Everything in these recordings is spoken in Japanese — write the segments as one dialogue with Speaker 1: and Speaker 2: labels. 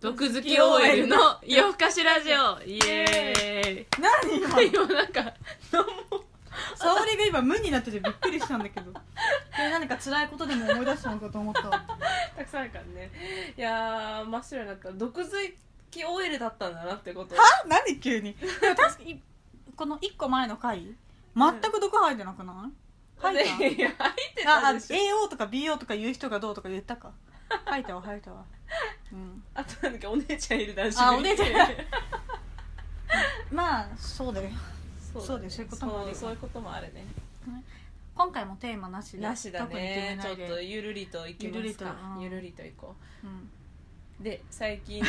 Speaker 1: 毒好き OL の夜更かしラジオイエ
Speaker 2: 何
Speaker 1: ーイ
Speaker 2: 今
Speaker 1: 今なんか
Speaker 2: 沙織が今無になっててびっくりしたんだけどえ何か辛いことでも思い出したのかと思ったわ
Speaker 1: たくさんあるからねいやー真っ白になった毒好き OL だったんだなってこと
Speaker 2: あ 何急にでも確かにこの1個前の回全く毒入ってなくない、
Speaker 1: ね
Speaker 2: 入った
Speaker 1: いや入って
Speaker 2: ああ
Speaker 1: たでしょ
Speaker 2: AO とか BO とか言う人がどうとか言ったか吐いたわ吐いたわうん
Speaker 1: あとなんかお姉ちゃんいる男子
Speaker 2: あお姉ちゃんいる
Speaker 1: ね
Speaker 2: まあそうだよ
Speaker 1: そう
Speaker 2: そうだよそういうこともあるよ
Speaker 1: そうそういうこともあるね
Speaker 2: 今回もテーマなしで
Speaker 1: なしだ
Speaker 2: 特に決め
Speaker 1: ねち
Speaker 2: な
Speaker 1: ょ
Speaker 2: い
Speaker 1: っ
Speaker 2: で
Speaker 1: とゆるりといきますかゆ
Speaker 2: ゆ
Speaker 1: る
Speaker 2: る
Speaker 1: りといこ
Speaker 2: うん
Speaker 1: うで最近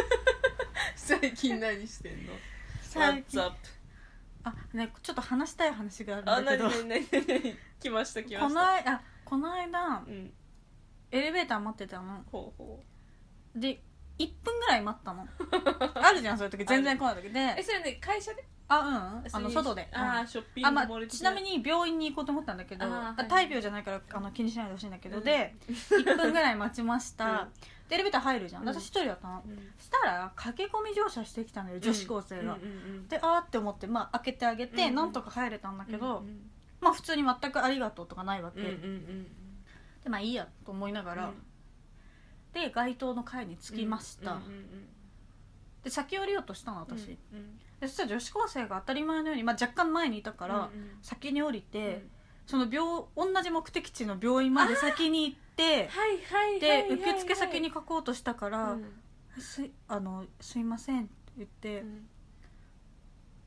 Speaker 1: 最近何してんの
Speaker 2: 最
Speaker 1: What's
Speaker 2: 近
Speaker 1: up?
Speaker 2: あねちょっと話したい話があ
Speaker 1: あ、
Speaker 2: るんだけ
Speaker 1: なに
Speaker 2: ど
Speaker 1: なになになに来ました来ま
Speaker 2: こ
Speaker 1: し
Speaker 2: の
Speaker 1: た
Speaker 2: 間あこの間
Speaker 1: うん
Speaker 2: エレベーター待ってたの
Speaker 1: ほうほう
Speaker 2: で1分ぐらい待ったのあるじ ゃんそういう時全然来ない時
Speaker 1: え
Speaker 2: で
Speaker 1: それね会社で
Speaker 2: あうんあの外で
Speaker 1: あ
Speaker 2: う
Speaker 1: ーショッ
Speaker 2: ん
Speaker 1: ピング
Speaker 2: あ
Speaker 1: モ
Speaker 2: ま
Speaker 1: ール
Speaker 2: あ、ちなみに病院に行こうと思ったんだけど
Speaker 1: あーはい
Speaker 2: あ大病じゃないからあの気にしないでほしいんだけど、
Speaker 1: うん
Speaker 2: で1分ぐらい待ちました、
Speaker 1: うん
Speaker 2: でエレベーター入るじゃん、
Speaker 1: うん
Speaker 2: 私一人だったの
Speaker 1: うん
Speaker 2: そしたら駆け込み乗車してきたのよ女子高生が、
Speaker 1: うんうん
Speaker 2: であーって思って、まあ、開けてあげて、
Speaker 1: うんうん
Speaker 2: なんとか入れたんだけど、
Speaker 1: うんうん
Speaker 2: まあ普通に全く「ありがとう」とかないわけ、
Speaker 1: うんうん
Speaker 2: でまあいいやと思いながら、
Speaker 1: うん
Speaker 2: で街頭の階に着きました、
Speaker 1: うんうんうん
Speaker 2: で先降りようとしたの私、
Speaker 1: うん
Speaker 2: でそしたら女子高生が当たり前のように、まあ、若干前にいたから、
Speaker 1: うんうん
Speaker 2: 先に降りて、
Speaker 1: うん
Speaker 2: その病同じ目的地の病院まで先に行って
Speaker 1: はいはいはい
Speaker 2: で
Speaker 1: はい
Speaker 2: 受付先に書こうとしたか
Speaker 1: う
Speaker 2: ら
Speaker 1: ん
Speaker 2: 「すあのすいません」って言って、
Speaker 1: うん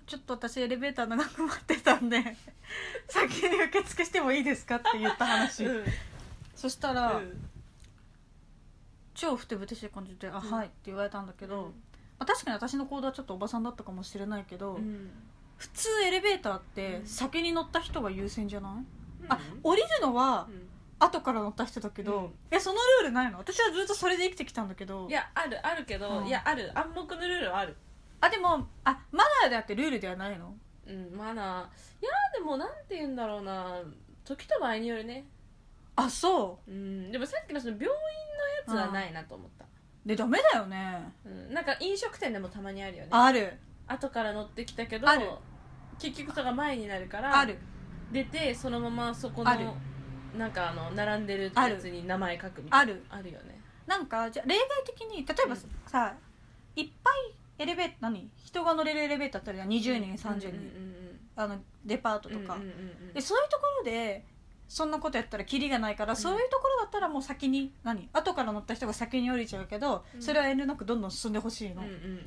Speaker 2: ちょっと私エレベーター長く待ってた んで先に受付してもいいですか?」って言った話、
Speaker 1: うん
Speaker 2: そしたら、
Speaker 1: うん
Speaker 2: 超ふてぶてしい感じで「あ、
Speaker 1: うん
Speaker 2: はい」って言われたんだけど、まあ、確かに私の行動はちょっとおばさんだったかもしれないけど、
Speaker 1: うん
Speaker 2: 普通エレベーターって
Speaker 1: うん
Speaker 2: 先に乗った人が優先じゃない、あ
Speaker 1: うん
Speaker 2: 降りるのは
Speaker 1: うん
Speaker 2: 後から乗った人だけど、
Speaker 1: うん
Speaker 2: えそのルールないの私はずっとそれで生きてきたんだけど
Speaker 1: いやあるあるけど
Speaker 2: うん
Speaker 1: いやある暗黙のルールはある
Speaker 2: あでもあマナーであってルールではないの
Speaker 1: うんマナーいやでもなんて言うんだろうな時と場合によるね
Speaker 2: あそ
Speaker 1: うんでもさっきのその病院のやつはないなと思った、
Speaker 2: うでダメだよね
Speaker 1: うん、なんか飲食店でもたまにあるよね
Speaker 2: ある
Speaker 1: 後から乗ってきたけど
Speaker 2: ある
Speaker 1: 結局それが前になるから
Speaker 2: ある
Speaker 1: 出てそのままそこの
Speaker 2: ある
Speaker 1: なんかあの並んでるやつに名前書くみたい
Speaker 2: あ
Speaker 1: な
Speaker 2: る
Speaker 1: あるよね
Speaker 2: なんかじゃあ例外的に例えばさ,、いっぱいエレベーター何人が乗れるエレベーターあったら20人30人、
Speaker 1: うんうん
Speaker 2: あのデパート
Speaker 1: うん
Speaker 2: と
Speaker 1: うん
Speaker 2: か、
Speaker 1: うんうんうん
Speaker 2: でそういうところでそんなことやったらキリがないから、
Speaker 1: ん
Speaker 2: そういうところだったらもう先に何後から乗った人が先に降りちゃうけど、
Speaker 1: うん
Speaker 2: それは遠慮なくどんどん進んでほしいの、
Speaker 1: うんうんうん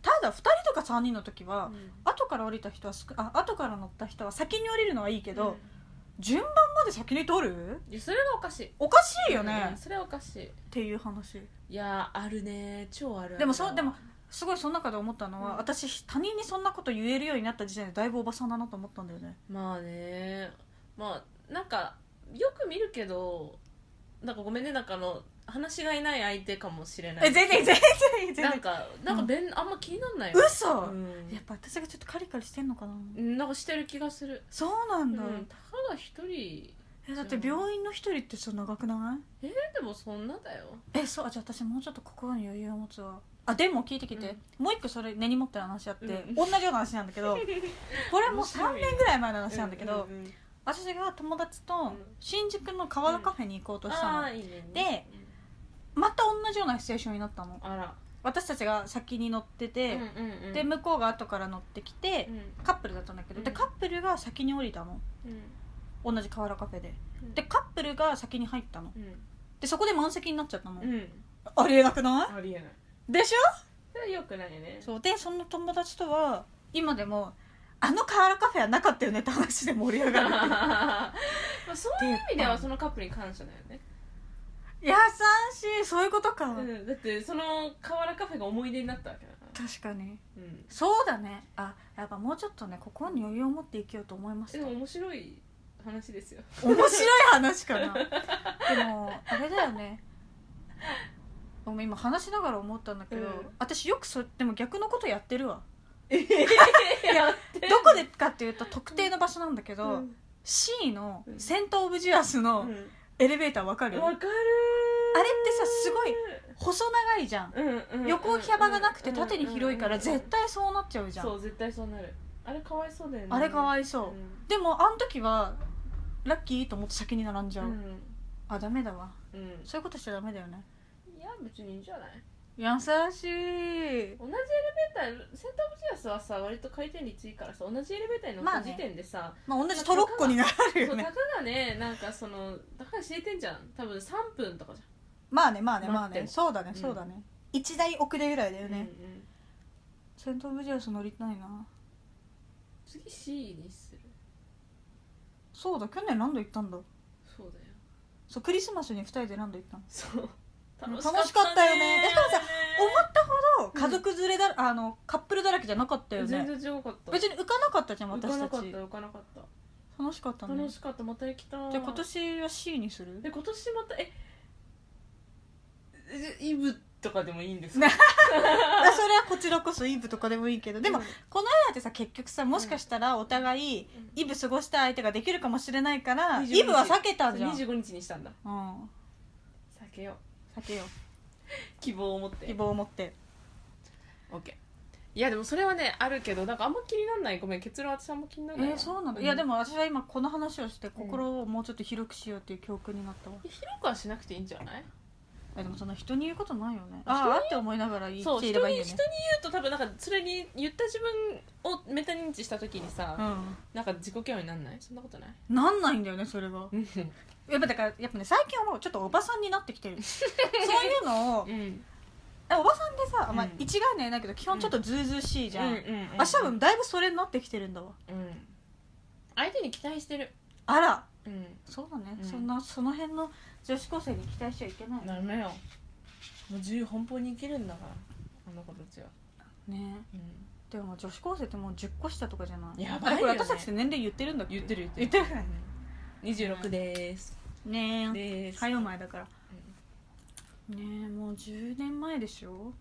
Speaker 2: ただ2人とか3人の時は、
Speaker 1: うんうん
Speaker 2: 後から降りた人は少あ後から乗った人は先に降りるのはいいけど、
Speaker 1: うん
Speaker 2: 順番まで先に取る
Speaker 1: いやそれがおかしい
Speaker 2: おかしいよね、
Speaker 1: うん
Speaker 2: っ
Speaker 1: それはおかしい
Speaker 2: ていう話
Speaker 1: いやーあるね超あるある
Speaker 2: でもそうでもすごいその中で思ったのは、
Speaker 1: うん
Speaker 2: 私他人にそんなこと言えるようになった時点でだいぶおばさんだなと思ったんだよね
Speaker 1: まあねまあなんかよく見るけどなんかごめんねなんかあの話がいない相手かもしれない
Speaker 2: え全然全然全然
Speaker 1: なんかなんかべん、あんま気になんないよ、
Speaker 2: 嘘、
Speaker 1: うん
Speaker 2: やっぱ私がちょっとカリカリしてんのかな、
Speaker 1: うんなんかしてる気がする
Speaker 2: そうな
Speaker 1: うん
Speaker 2: だ、
Speaker 1: んたかが一人
Speaker 2: えだって病院の一人ってそう長くな
Speaker 1: えでもそんなだよ
Speaker 2: いえそうあじゃあ私もうちょっと心に余裕を持つわあでも聞いてきて、もう一個それ根に持ってる話あって、
Speaker 1: うん
Speaker 2: 同じような話なんだ けどこれはもう3年ぐらい前の話なんだけど、
Speaker 1: ううんうん
Speaker 2: 私が友達と
Speaker 1: ん
Speaker 2: 新宿の川田カフェに行こうとしたの、
Speaker 1: あーいいね
Speaker 2: でまた同じようなシチュエーションになったの
Speaker 1: うんあら
Speaker 2: 私たちが先に乗ってて、
Speaker 1: うんうんうん
Speaker 2: で向こうが後から乗ってきて
Speaker 1: う、ん
Speaker 2: カップルだったんだけど、で
Speaker 1: うん
Speaker 2: カップルが先に降りたの同じ河原カフェで
Speaker 1: うん
Speaker 2: でカップルが先に入ったの
Speaker 1: うん
Speaker 2: でそこで満席になっちゃったの、
Speaker 1: うん
Speaker 2: ありえなくな
Speaker 1: ありえない
Speaker 2: いでしょ
Speaker 1: それはよくないよね
Speaker 2: そうでその友達とは今でもあの河原カフェはなかったよねって話で盛り上がる
Speaker 1: まあそういう意味では
Speaker 2: 鉄板
Speaker 1: そのカップルに感謝だよね、
Speaker 2: 優しいそういうことか、
Speaker 1: うん、だってその河原カフェが思い出になったわけだから、
Speaker 2: 確かに
Speaker 1: うん、
Speaker 2: そうだねあやっぱもうちょっとね心に余裕を持って生きようと思いまし
Speaker 1: で
Speaker 2: た
Speaker 1: も面白い話ですよ
Speaker 2: 面白い話か なでもあれだよねでも今話しながら思ったんだけど、
Speaker 1: うん
Speaker 2: 私よくそでも逆のことやってるわ
Speaker 1: えやって
Speaker 2: どこでかっていうと特定の場所なんだけど、
Speaker 1: うん
Speaker 2: C のセント・オブ・ジュアスの
Speaker 1: うん
Speaker 2: エレベーターわかる、
Speaker 1: わかる
Speaker 2: あれってさすごい細長いじゃん
Speaker 1: うんうんうん
Speaker 2: 横幅がなくて縦に広いから
Speaker 1: うんうんうん
Speaker 2: 絶対そうなっちゃうじゃん
Speaker 1: そう絶対そうなるあれかわいそうだよね
Speaker 2: あれかわい
Speaker 1: い
Speaker 2: そう、でもあの時はラッキーと思って先に並んじ
Speaker 1: う
Speaker 2: ゃう、
Speaker 1: んうん
Speaker 2: あダメだわ
Speaker 1: うん
Speaker 2: そういうことしちゃダメだよね
Speaker 1: いや別にいいんじゃない
Speaker 2: 優しい
Speaker 1: 同じエレベーターセント・オブ・ジアスはさ割と回転率いいからさ同じエレベーターに乗っ
Speaker 2: ま
Speaker 1: た
Speaker 2: あね
Speaker 1: 時点でさ、
Speaker 2: まあ同じトロッコになる
Speaker 1: そ
Speaker 2: よ
Speaker 1: うた
Speaker 2: ね
Speaker 1: かがねなんかそのたかが知れてんじゃん多分3分とかじ
Speaker 2: まあねまあねまあ
Speaker 1: 待って
Speaker 2: ね
Speaker 1: も
Speaker 2: そうだね
Speaker 1: うん
Speaker 2: そうだね、一台遅れぐらいだ
Speaker 1: ゃ
Speaker 2: よ
Speaker 1: ん、
Speaker 2: ね、
Speaker 1: うんうん
Speaker 2: セント・オブ・ジアス乗りたいな
Speaker 1: 次 C にする
Speaker 2: そうだ去年何度行ったんだ
Speaker 1: そうだよ
Speaker 2: そうクリスマスに2人で何度行ったの
Speaker 1: そう
Speaker 2: 楽しかったねえでもさ思ったほど
Speaker 1: うん
Speaker 2: 家族連れだ、あのカップルだらけじゃなかったよ
Speaker 1: 全
Speaker 2: ね
Speaker 1: 然強かった
Speaker 2: 別に浮かなかったじゃん
Speaker 1: 浮
Speaker 2: 私
Speaker 1: か
Speaker 2: た
Speaker 1: なかっ
Speaker 2: ち
Speaker 1: た浮かなかった
Speaker 2: 楽しかったね
Speaker 1: 楽しかったまた行きたい
Speaker 2: じゃあ今年は C にする
Speaker 1: で今年またええイブとかでもいいんですか
Speaker 2: あそれはこちらこそイブとかでもいいけどでも、
Speaker 1: うん
Speaker 2: この間ってさ結局さもしかしたらお互いイブ過ごした相手ができるかもしれないから、
Speaker 1: 25日
Speaker 2: イブは避けたじゃん、うん、避
Speaker 1: 25日にしたんだ避けよう
Speaker 2: けよ
Speaker 1: 希望を持って
Speaker 2: う希望を持って
Speaker 1: オッケーいやでもそれはねあるけどなんかあんま気になんないごめん結論私あんま気にな
Speaker 2: え
Speaker 1: らないわ
Speaker 2: ーそうなんだ、いやでも私は今この話をして
Speaker 1: ん
Speaker 2: 心をもうちょっと広くしようっていう教訓になったわ、
Speaker 1: 広くはしなくていいんじゃない
Speaker 2: えでもそんな人に言うことないよね
Speaker 1: あ人に
Speaker 2: ああって思いながら言
Speaker 1: そ
Speaker 2: っ
Speaker 1: う
Speaker 2: てい
Speaker 1: 人に
Speaker 2: ればいい
Speaker 1: 人
Speaker 2: よ
Speaker 1: に
Speaker 2: ね
Speaker 1: 言うと多分なんかそれに言った自分をメタ認知した時にさ、
Speaker 2: う
Speaker 1: なんか自己嫌悪になんないそんなことない
Speaker 2: ん、なんないんだよねそれが
Speaker 1: うん
Speaker 2: やっぱだからやっぱね最近はもうちょっとおばさんになってき てるそういうのを
Speaker 1: うん
Speaker 2: えおばさんってさ、まあ
Speaker 1: うん、
Speaker 2: 一概には言えないけど基本ちょっとずうずうしいじゃん、
Speaker 1: うんうんうん
Speaker 2: あ多分だいぶそれになってきてるんだわ
Speaker 1: うん相手に期待してる
Speaker 2: あら
Speaker 1: うん
Speaker 2: そうだね、
Speaker 1: うん
Speaker 2: そんなその辺の女子高生に期待しちゃいけないね
Speaker 1: ダメよもう自由奔放に生きるんだからあの子たちは、うん、
Speaker 2: でも女子高生ってもう10個下とかじゃない
Speaker 1: やば
Speaker 2: あ
Speaker 1: いよね
Speaker 2: れこれ私たちって年齢言ってるんだっけ
Speaker 1: 言ってる
Speaker 2: 言
Speaker 1: 言
Speaker 2: っ
Speaker 1: ってて
Speaker 2: る
Speaker 1: る26でーす、
Speaker 2: ねえ
Speaker 1: でーす
Speaker 2: はよ前だからねえもう10年前でしょ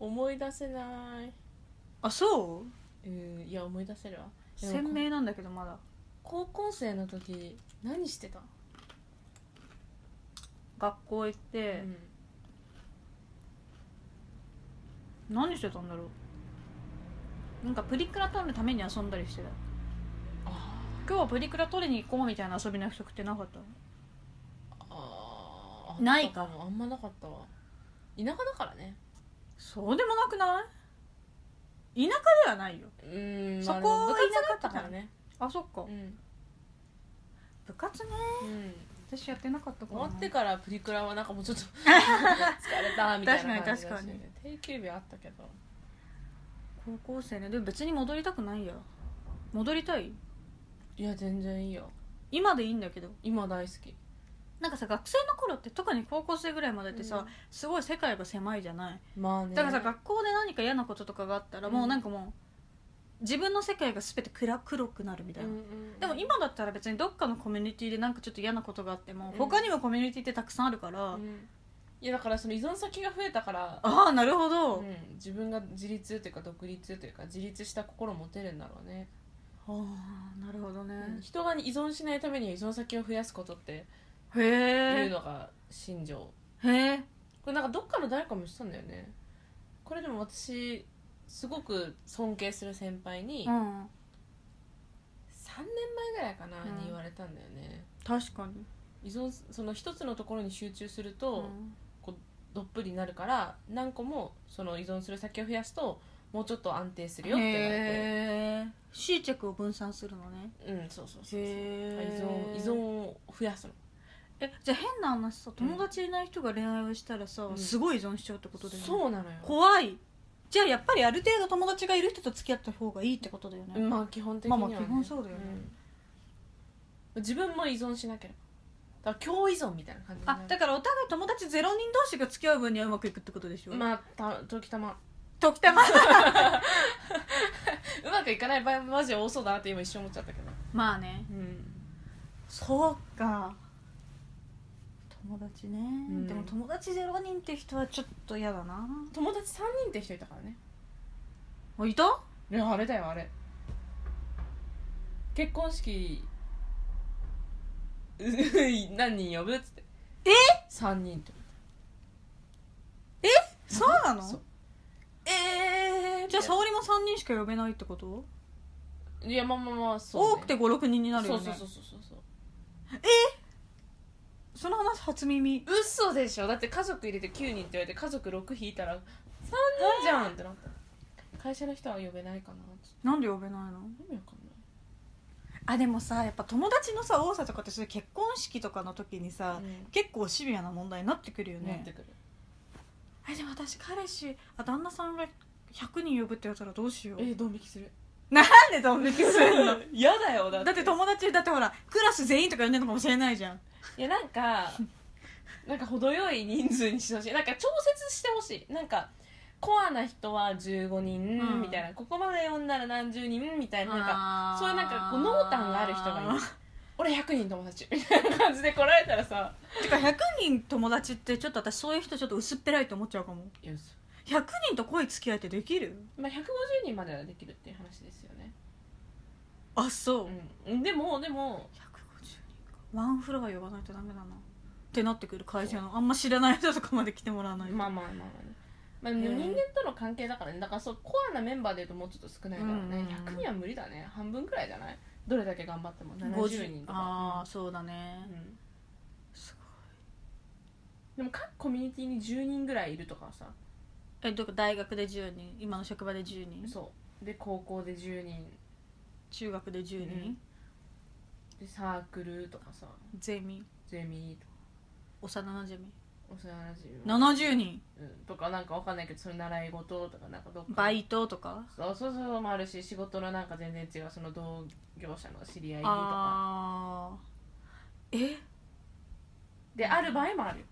Speaker 1: 思い出せない
Speaker 2: あそう
Speaker 1: うんいや思い出せるわでも
Speaker 2: 鮮明なんだけどまだ
Speaker 1: 高校生の時何してた、
Speaker 2: 学校行って、何してたんだろうなんかプリクラ撮るために遊んだりしてた
Speaker 1: あ
Speaker 2: 今日はプリクラ撮りに行こうみたいな遊びの約束ってなかった
Speaker 1: あ
Speaker 2: ーないか
Speaker 1: あったもあんまなかったわ田舎だからね
Speaker 2: そうでもなくない田舎ではないよ
Speaker 1: うん
Speaker 2: そこ
Speaker 1: まあでも
Speaker 2: は
Speaker 1: 部活だ
Speaker 2: 田舎だっ
Speaker 1: ったた
Speaker 2: か
Speaker 1: かららね
Speaker 2: あそっか
Speaker 1: うん、
Speaker 2: 部活ね
Speaker 1: うん、
Speaker 2: 私やってなかったか
Speaker 1: 終
Speaker 2: ら
Speaker 1: わってからプリクラはなんかもうちょ っと疲れたみたいな感じだし
Speaker 2: 確かに確か
Speaker 1: 定休日あったけど
Speaker 2: 高校生ねでも別に戻りたくないや戻りたい
Speaker 1: いや全然いいよ
Speaker 2: 今でいいんだけど
Speaker 1: 今大好き
Speaker 2: なんかさ学生の頃って特に高校生ぐらいまでってさ、
Speaker 1: うん
Speaker 2: すごい世界が狭いじゃない
Speaker 1: まあね
Speaker 2: だからさ、学校で何か嫌なこととかがあったら、
Speaker 1: うん
Speaker 2: もうなんかもう自分の世界が全て暗黒くなるみたい
Speaker 1: うん
Speaker 2: な、
Speaker 1: うんうん
Speaker 2: でも今だったら別にどっかのコミュニティでなんかちょっと嫌なことがあっても、
Speaker 1: うん
Speaker 2: 他にもコミュニティってたくさんあるから、
Speaker 1: うんいやだからその依存先が増えたから
Speaker 2: ああなるほど、
Speaker 1: うん、自分が自立というか独立というか自立した心を持てるんだろうね、
Speaker 2: ああなるほどね、
Speaker 1: 人が依存しないためには依存先を増やすことって
Speaker 2: へ
Speaker 1: いう
Speaker 2: え
Speaker 1: のが信条
Speaker 2: へえ
Speaker 1: これなんかどっかの誰かも言ってたんだよねこれでも私すごく尊敬する先輩に
Speaker 2: う
Speaker 1: 3年
Speaker 2: ん
Speaker 1: 前ぐらいかな
Speaker 2: うん
Speaker 1: に言われたんだよね、
Speaker 2: 確かに、
Speaker 1: 依存その一つのところに集中すると、
Speaker 2: うん
Speaker 1: どっぷりになるから何個もその依存する先を増やすともうちょっと安定するよって言われて
Speaker 2: へえ執着を分散するのね
Speaker 1: うんそうそうそうそう依
Speaker 2: へ
Speaker 1: 存依存を増やすの
Speaker 2: えじゃあ変な話さ友達いない人が恋愛をしたらさ、
Speaker 1: うん
Speaker 2: すごい依存しちゃうってことだよね
Speaker 1: そうなのよ
Speaker 2: 怖いじゃあやっぱりある程度友達がいる人と付き合った方がいいってことだよね、
Speaker 1: まあ基本的には、ね
Speaker 2: まあまあ基本そうだよね
Speaker 1: うん自分も依存しなければだから共依存みたいな感じにな
Speaker 2: あ
Speaker 1: る
Speaker 2: だからお互い友達ゼロ人同士が付き合う分にはうまくいくってことでしょ、
Speaker 1: まあた時たま
Speaker 2: 時たま
Speaker 1: うまくいかない場合マジ多そうだなって今一瞬思っちゃったけど
Speaker 2: まあね
Speaker 1: うん
Speaker 2: そうか友達ね、
Speaker 1: ん
Speaker 2: でも友達ゼロ人って人はちょっと嫌だな
Speaker 1: 友達3人って人いたからね
Speaker 2: あいた
Speaker 1: いやあれだよあれ結婚式うふふ何人呼ぶっつって
Speaker 2: え
Speaker 1: 3人と
Speaker 2: なの
Speaker 1: そうええー、
Speaker 2: じゃあ沙
Speaker 1: そ
Speaker 2: 織も3人しか呼べないってこと、
Speaker 1: いやまあまあまあそう、
Speaker 2: 多くて56人になるよね
Speaker 1: そうそうそうそうそう
Speaker 2: その話初耳
Speaker 1: 嘘でしょだって家族入れて9人って言われて家族6引いたら3人じゃんってなった会社の人は呼べないかなって
Speaker 2: なんで呼べないの
Speaker 1: 意味わかんない
Speaker 2: あでもさやっぱ友達のさ多さとかってそれ結婚式とかの時にさ、
Speaker 1: うん
Speaker 2: 結構シビアな問題になってくるよ
Speaker 1: なっ
Speaker 2: ね
Speaker 1: てくる
Speaker 2: えでも私彼氏あ旦那さんが100人呼ぶってやったらどうしよう
Speaker 1: えー、ドン引きす る
Speaker 2: なんでドン引きするの
Speaker 1: 嫌 だよだ
Speaker 2: だって友達だってほらクラス全員とか呼んでるのかもしれないじゃん
Speaker 1: いやなんかなんか程よい人数にしてほしいなんか調節してほしいなんかコアな人は15人
Speaker 2: うん
Speaker 1: みたいな、ここまで呼んだら何十人みたいななんか
Speaker 2: か
Speaker 1: そういうなんかこう濃淡がある人がい い俺100人友達みたいな感じで来られたらさ
Speaker 2: てか100人友達ってちょっと私そういう人ちょっと薄っぺらいと思っちゃうかも
Speaker 1: いや嘘
Speaker 2: 100人と恋付き合いってできる
Speaker 1: まあ、150人まではできるっていう話ですよね、
Speaker 2: あそう、
Speaker 1: うん、でもでも
Speaker 2: 150人かワンフロア呼ばないとダメだなってなってくる会社のあんま知らない人とかまで来てもらわないと、
Speaker 1: まあまあまあまあね、まあ、
Speaker 2: ん
Speaker 1: 人間との関係だからねだからそうコアなメンバーでいうともうちょっと少ないからね、
Speaker 2: うんうんうん
Speaker 1: 100人は無理だね半分くらいじゃないどれだけ頑張っても
Speaker 2: 50
Speaker 1: 70人とか
Speaker 2: ああそうだね、
Speaker 1: うん
Speaker 2: す
Speaker 1: でも各コミュニティに10人ぐらいいるとかさ
Speaker 2: ごいえどこ大学で10人今の職場で10人
Speaker 1: そうで高校で10人
Speaker 2: 中学で10人、
Speaker 1: でサークルとかさ
Speaker 2: ゼミ
Speaker 1: ゼミとか
Speaker 2: 幼なじみ
Speaker 1: 幼なじ
Speaker 2: 70
Speaker 1: み
Speaker 2: 人
Speaker 1: うんとかなんかわかんないけどそれ習い事とかなんかどっか
Speaker 2: バイトとか
Speaker 1: そうそうそうもあるし仕事のなんか全然違うその同業者の知り合いとか
Speaker 2: ああえ
Speaker 1: である場合もあるよ、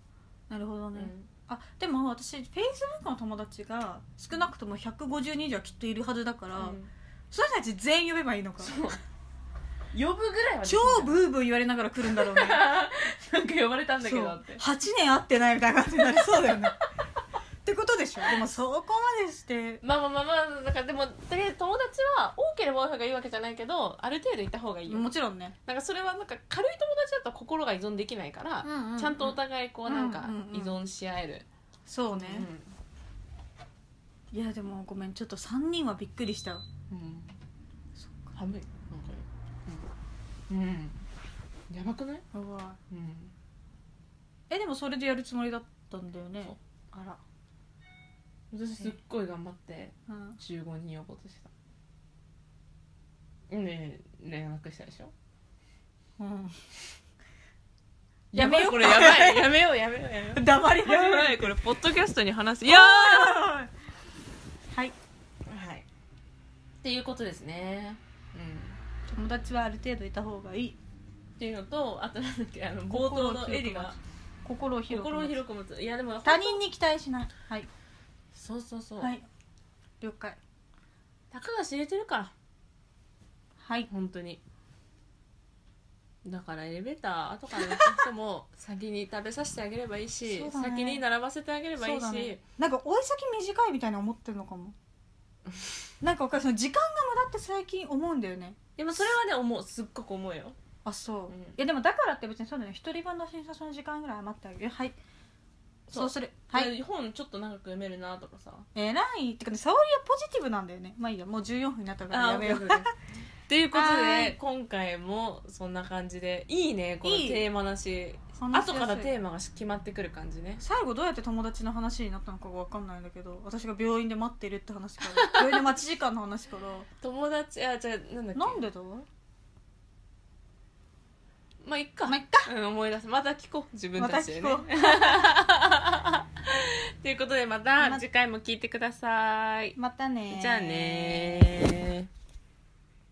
Speaker 2: なるほど
Speaker 1: う
Speaker 2: ね、
Speaker 1: ん
Speaker 2: あでも私フェイスブックの友達が少なくとも150人以上はきっといるはずだから、
Speaker 1: うん
Speaker 2: その人たち全員呼べばいいのか
Speaker 1: そう呼ぶぐらいはでき
Speaker 2: 超
Speaker 1: る
Speaker 2: ブーブー言われながら来るんだろうね
Speaker 1: なんか呼ばれたんだけ
Speaker 2: そう
Speaker 1: どって
Speaker 2: 8年会ってないみたいな感じになりそうだよねってことでしょでもそこまでして
Speaker 1: まあまあまあまあだからでもとりあえず友達は多ければ多い方がいいわけじゃないけどある程度いた方がいいよ
Speaker 2: もちろんね、
Speaker 1: なんかそれはなんか軽い友達だと心が依存できないから、ちゃんとお互いこうなんか
Speaker 2: うんうんうん
Speaker 1: 依存し合える、
Speaker 2: そうね
Speaker 1: う、
Speaker 2: いやでもごめんちょっと3人はびっくりしたわ
Speaker 1: んうん
Speaker 2: そ
Speaker 1: 寒いなんかうん、うん、やばくない、
Speaker 2: やばい
Speaker 1: うん、
Speaker 2: えでもそれでやるつもりだったんだよね
Speaker 1: そう
Speaker 2: あら、
Speaker 1: 私すっごい頑張って
Speaker 2: うん、
Speaker 1: 15人呼ぼうとしてたねえ連絡したでしょ
Speaker 2: う ん、
Speaker 1: や
Speaker 2: やめ
Speaker 1: ばい
Speaker 2: よう
Speaker 1: これやばい やめようやめようやめよう
Speaker 2: 黙り始め
Speaker 1: や
Speaker 2: る
Speaker 1: ばいこれポッドキャストに話すいや
Speaker 2: はい
Speaker 1: はいっていうことですねうん
Speaker 2: 友達はある程度いた方がいい
Speaker 1: っていうのとあとなんだっけあの冒頭のエリが
Speaker 2: 心を広く
Speaker 1: 心を
Speaker 2: 持つ
Speaker 1: 広く持ついやでも
Speaker 2: 他人に期待しないはい
Speaker 1: そうそうそう、
Speaker 2: はい了解
Speaker 1: たかが知れてるから
Speaker 2: はい
Speaker 1: 本当にだからエレベーター後から乗った人も先に食べさせてあげればいいし、
Speaker 2: そうだね
Speaker 1: 先に並ばせてあげればいい
Speaker 2: そう
Speaker 1: し、
Speaker 2: だねなんか追い先短いみたいに思ってるのかもなんかわかるその時間が無駄って最近思うんだよね
Speaker 1: でもそれはね思うすっごく思うよ
Speaker 2: あそう、
Speaker 1: うん
Speaker 2: いやでもだからって別にそうだよね一人分の診察の時間ぐらい余ってあげるはい
Speaker 1: そ
Speaker 2: そううするはい
Speaker 1: いや本ちょっと長く読めるなとかさ
Speaker 2: 偉いってかね沙織はポジティブなんだよねまあいいやもう14分になったから
Speaker 1: あ
Speaker 2: やめよう
Speaker 1: ということ
Speaker 2: は
Speaker 1: で
Speaker 2: い
Speaker 1: 今回もそんな感じでいいねこの
Speaker 2: いい
Speaker 1: テーマなし
Speaker 2: 話し
Speaker 1: 後
Speaker 2: やすい
Speaker 1: からテーマが決まってくる感じね
Speaker 2: 最後どうやって友達の話になったのかが分かんないんだけど私が病院で待ってるって話から 病院で待ち時間の話から
Speaker 1: 友達あじゃあなんだっけ
Speaker 2: なんでだ
Speaker 1: まあいっか、
Speaker 2: まあいっか
Speaker 1: うん、思い出すまた聞こう自分
Speaker 2: また
Speaker 1: たち
Speaker 2: 聞
Speaker 1: でね
Speaker 2: こう
Speaker 1: ということでま
Speaker 2: ま
Speaker 1: た次回も聞いてください、
Speaker 2: またねー
Speaker 1: じゃあねー